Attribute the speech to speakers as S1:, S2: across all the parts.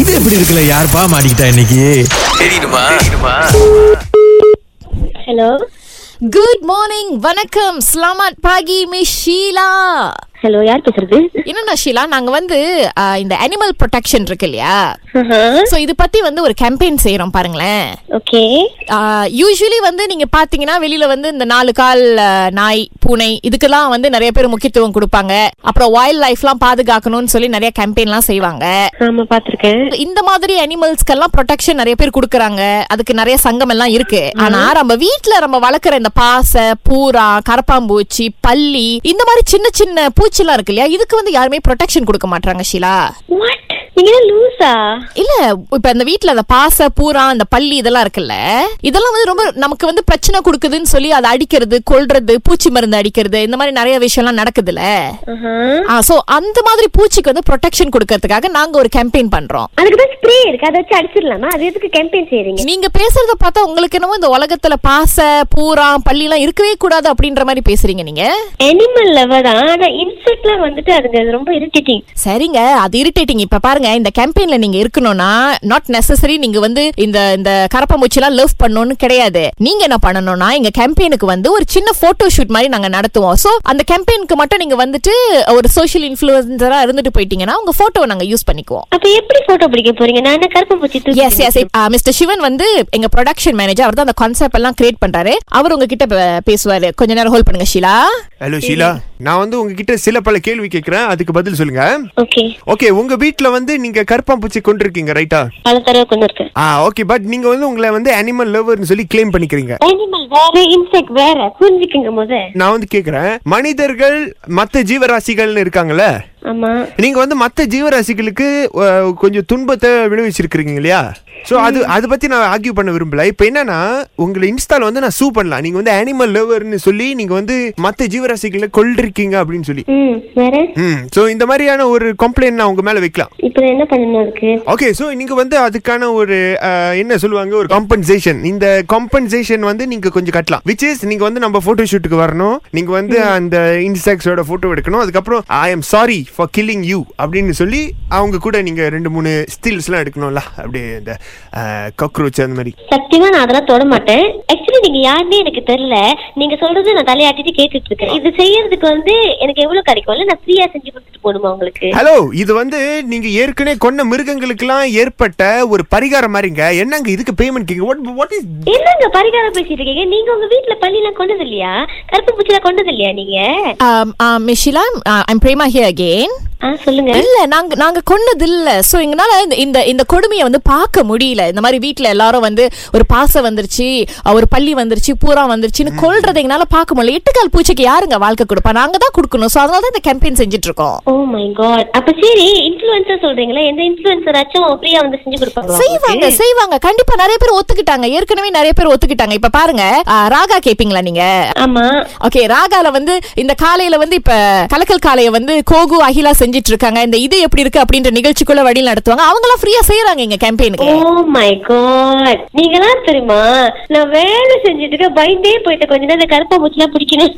S1: இது எப்படி இருக்குல்ல யாருப்பா மாட்டிக்கிட்டா இன்னைக்கு
S2: ஹலோ
S3: குட் மார்னிங் வணக்கம் ஸ்லாமத் பாகி மி ஷீலா
S2: ஹலோ யார் பேசுறது
S3: என்னன்னா ஷீலா நாங்க வந்து அஹ், இந்த அனிமல் ப்ரொடெக்ஷன் இருக்கு இல்லையா
S2: ஆஹா,
S3: சோ இது பத்தி வந்து ஒரு கேம்பெயின் செய்யறோம் பாருங்களேன்
S2: ஓகே
S3: யூஸ்வலி வந்து நீங்க பாத்தீங்கன்னா வெளியில வந்து இந்த நாலு கால் அஹ், நாய் பூனை இதுக்கெல்லாம் வந்து நிறைய பேர் முக்கியத்துவம் கொடுப்பாங்க அப்புறம் வைல்ட் லைஃப்லாம் பாதுகாக்கணும்னு சொல்லி நிறைய கேம்பெயின்லாம் செய்வாங்க
S2: ஆமா பாத்திருக்கேன்
S3: இந்த மாதிரி அனிமல்ஸ்க்கெல்லாம் ப்ரொடெக்ஷன் நிறைய பேர் கொடுக்கறாங்க அதுக்கு நிறைய சங்கம் எல்லாம் இருக்கு ஆனா நம்ம வீட்ல நம்ம வளர்க்குற இந்த பாசை பூரா கரப்பாம்பூச்சி பல்லி இந்த மாதிரி சின்ன சின்ன பூச்சிலாம் இருக்கு இல்லையா இதுக்கு வந்து யாருமே ப்ரொடெக்ஷன் கொடுக்க மாட்டாங்க ஷீலா
S2: வாட் நீங்க என்ன லூசா
S3: இல்ல இப்ப இந்த வீட்ல அந்த பாச பூரா அந்த பள்ளி இதெல்லாம் இருக்குல்ல இதெல்லாம் வந்து ரொம்ப நமக்கு வந்து பிரச்சனை கொடுக்குதுன்னு சொல்லி அதை அடிக்கிறது கொல்றது பூச்சி மருந்து அடிக்கிறது இந்த மாதிரி நிறைய விஷயம்லாம் நடக்குதுல்ல
S2: ஆஹா.
S3: ஆ சோ அந்த மாதிரி பூச்சிக்கு வந்து ப்ரொடெக்ஷன் கொடுக்கறதுக்காக நாங்க ஒரு கேம்பெயின் பண்றோம்
S2: அதுக்கு தான் ஸ்ப்ரே இருக்கு அதை வச்சு அடிச்சிடலாமா அது எதுக்கு கேம்பெயின் செய்றீங்க
S3: நீங்க பேசுறத பார்த்தா உங்களுக்கு என்னமோ இந்த உலகத்துல பாச பூரா பள்ளி எல்லாம் இருக்கவே கூடாது அப்படின்ற மாதிரி பேசுறீங்க நீங்க
S2: அனிமல் லவர் தான் ஆனா இன்செக்ட்லாம் வந்துட்டு அதுங்க அது ரொம்ப இரிட்டேட்டிங்
S3: சரிங்க அது இரிட்டேட்டிங் இப்ப பாருங்க இந்த கேம்பெயின்ல நீங்க இருக்கணும்னா நாட் நெசசரி நீங்க வந்து இந்த இந்த கரப்பாம்பூச்சி எல்லாம் லவ் பண்ணணும்னு கிடையாது நீங்க என்ன பண்ணணும்னா எங்க கேம்பெயினுக்கு வந்து ஒரு சின்ன போட்டோ ஷூட் மாதிரி நாங்க நடத்துவோம் சோ அந்த கேம்பெயினுக்கு மட்டும் நீங்க வந்துட்டு ஒரு சோஷியல் இன்ஃபுளுசரா இருந்துட்டு போயிட்டீங்கன்னா உங்க போட்டோவை நாங்க யூஸ் பண்ணிக்குவோம்
S2: அப்ப எப்படி போட்டோ பிடிக்க போறீங்க நான் என்ன கருப்பு பூச்சி தூக்கி
S3: yes yes mister Sivan Uh, வந்து எங்க ப்ரொடக்ஷன் மேனேஜர் அவர் தான் அந்த கான்செப்ட் எல்லாம் கிரியேட் பண்றாரு அவர் உங்ககிட்ட பே- பேசுவாரு கொஞ்ச நேரம் ஹோல்ட் பண்ணுங்க ஷீலா
S4: ஹலோ ஷீலா நான் வந்து உங்ககிட்ட சில பல கேள்வி கேட்கறேன் அதுக்கு பதில் சொல்லுங்க
S2: ஓகே
S4: ஓகே உங்க வீட்ல வந்து நீங்க கருப்பாம்பூச்சி கொண்டிருக்கீங்க ரைட்டா
S2: பல தடவை கொண்டு இருக்கேன்
S4: ஆ ஓகே பட் நீங்க வந்து உங்களை வந்து அனிமல் லவர்னு சொல்லி க்ளைம் பண்ணிக்கிறீங்க
S2: அனிமல் வேற இன்செக்ட் வேற புரிஞ்சுக்கங்க முத
S4: நான் வந்து கேக்குறேன் மனிதர்கள் மத்த ஜீவராசிகள்னு இருக்காங்கல்ல
S2: ஆமா
S4: நீங்க வந்து மத்த ஜீவராசிகளுக்கு அஹ், கொஞ்சம் துன்பத்தை விளைவிச்சிருக்கீங்க இல்லையா சோ அது அதை பத்தி நான் ஆர்கியூ பண்ண விரும்பல இப்போ என்னன்னா உங்களை இன்ஸ்டால வந்து நான் சூ பண்ணலாம் நீங்க வந்து அனிமல் லவர்னு சொல்லி நீங்க வந்து மத்த ஜீவராசிகளை கொல்றிருக்கீங்க அப்படின்னு சொல்லி
S2: ம் வேற
S4: ம் சோ Hmm. இந்த மாதிரியான ஒரு கம்ப்ளைண்ட் நான் உங்க மேல வைக்கலாம்
S2: இப்ப நான் என்ன பண்ணணும் அதுக்கு
S4: ஓகே சோ நீங்க வந்து அதுக்கான ஒரு அஹ், என்ன சொல்லுவாங்க ஒரு கம்பன்சேஷன் இந்த கம்பன்சேஷன் வந்து நீங்க கொஞ்சம் கட்டலாம் விச் இஸ் நீங்க வந்து நம்ம போட்டோ ஷூட்டுக்கு வரணும் நீங்க வந்து அந்த இன்செக்ட்ஸோட போட்டோ எடுக்கணும் அதுக்கப்புறம் I am sorry for killing you அப்படின்னு சொல்லி அவங்க கூட நீங்க ரெண்டு மூணு ஸ்டில்ஸ்லாம் எடுக்கணும்ல அப்படியே இந்த காக்ரோச் அந்த மாதிரி
S2: சத்தியமா நான் அதெல்லாம் தொட மாட்டேன் ஆக்சுவலி நீங்க யாருன்னே எனக்கு தெரியல நீங்க சொல்றது நான் தலையாட்டிட்டு கேட்டுட்டு இருக்கேன் இது செய்யறதுக்கு வந்து எனக்கு எவ்வளவு கிடைக்கும்ல நான் ஃப்ரீயா செஞ்சு கொடுத்துட்டு போடுமா உங்களுக்கு
S4: ஹலோ இது வந்து நீங்க ஏற்கனவே கொன்ன மிருகங்களுக்கெல்லாம் ஏற்பட்ட ஒரு பரிகாரம் மாதிரிங்க என்னங்க இதுக்கு பேமெண்ட் கேக்கு வாட் வாட் இஸ்
S2: என்னங்க பரிகாரம் பேசிட்டு இருக்கீங்க நீங்க உங்க வீட்டுல பள்ளிலாம் கொண்டது இல்லையா கருப்பு பூச்சிலாம் கொண்டது இல்லையா நீங்க
S3: miss Um, uh, Sheela I'm Prema here again
S2: ஆ சொல்லுங்க
S3: இல்ல நாங்க நாங்க கொன்னது இல்ல சோ எங்கனால இந்த- இந்த இந்த கொடுமையை வந்து பார்க்க முடியல இந்த மாதிரி வீட்ல எல்லாரும் வந்து ஒரு பாச வந்துருச்சு அஹ் ஒரு பள்ளி வந்துருச்சு பூரா வந்துருச்சுன்னு கொல்றதை எங்கனால பார்க்க முடியல எட்டுக்கால் பூச்சிக்கு யாருங்க வாழ்க்கை கொடுப்பா நாங்க தான் கொடுக்கணும் சோ அதனால தான் இந்த கேம்பெயின் செஞ்சுட்டு இருக்கோம்
S2: ஓ மை காட் அப்ப சரி இன்ஃபுளுசர் சொல்றீங்களா எந்த இன்ஃபுளுசராச்சும் ஃப்ரீயா வந்து செஞ்சு கொடுப்பாங்களா
S3: செய்வாங்க
S2: உங்களுக்கு?
S3: செய்வாங்க கண்டிப்பா நிறைய பேர் ஒத்துக்கிட்டாங்க ஏற்கனவே நிறைய பேர் ஒத்துக்கிட்டாங்க இப்ப பாருங்க அஹ் ராகா கேப்பீங்களா நீங்க
S2: ஆமா
S3: ஓகே ராகால வந்து இந்த காலையில வந்து இப்ப கலக்கல் காலைய வந்து கோகு அகிலா செஞ்சிட்டு இருக்காங்க இந்த இது எப்படி இருக்கு அப்படின்ற நிகழ்ச்சிக்குள்ள வழி நடத்துவாங்க அவங்க எல்லாம் ஃப்ரீயா செய்யறாங்க எங்க
S2: ஓ
S3: கேம்பெயினுக்கு
S2: மை காட் நீங்களாம் தெரியுமா நான் வேலை செஞ்சுட்டு இருக்க பயந்தே போயிட்டு கொஞ்ச நேரம் இந்த கருப்பா பூச்சிலாம் பிடிக்கணும்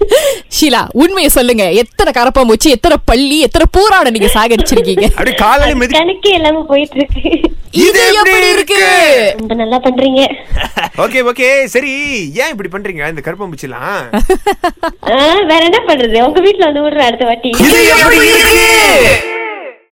S3: ஷீலா உண்மையை சொல்லுங்க எத்தனை கரப்பாம்பூச்சி எத்தனை பள்ளி எத்தனை பூராட நீங்க சாகடிச்சிருக்கீங்க
S4: அப்படியே காலையில
S2: அது
S4: மிதி
S2: கணக்கே இல்லாம போயிட்டு இருக்கு
S3: இது எப்படி இருக்கு
S2: ரொம்ப நல்லா பண்றீங்க
S4: ஓகே ஓகே சரி ஏன் இப்படி பண்றீங்க இந்த கருப்பம்பூச்சிலாம்
S2: ஆ, வேற என்ன பண்றது உங்க வீட்டுல வந்து விடுற அடுத்த வாட்டி
S4: இது எப்படி இருக்கு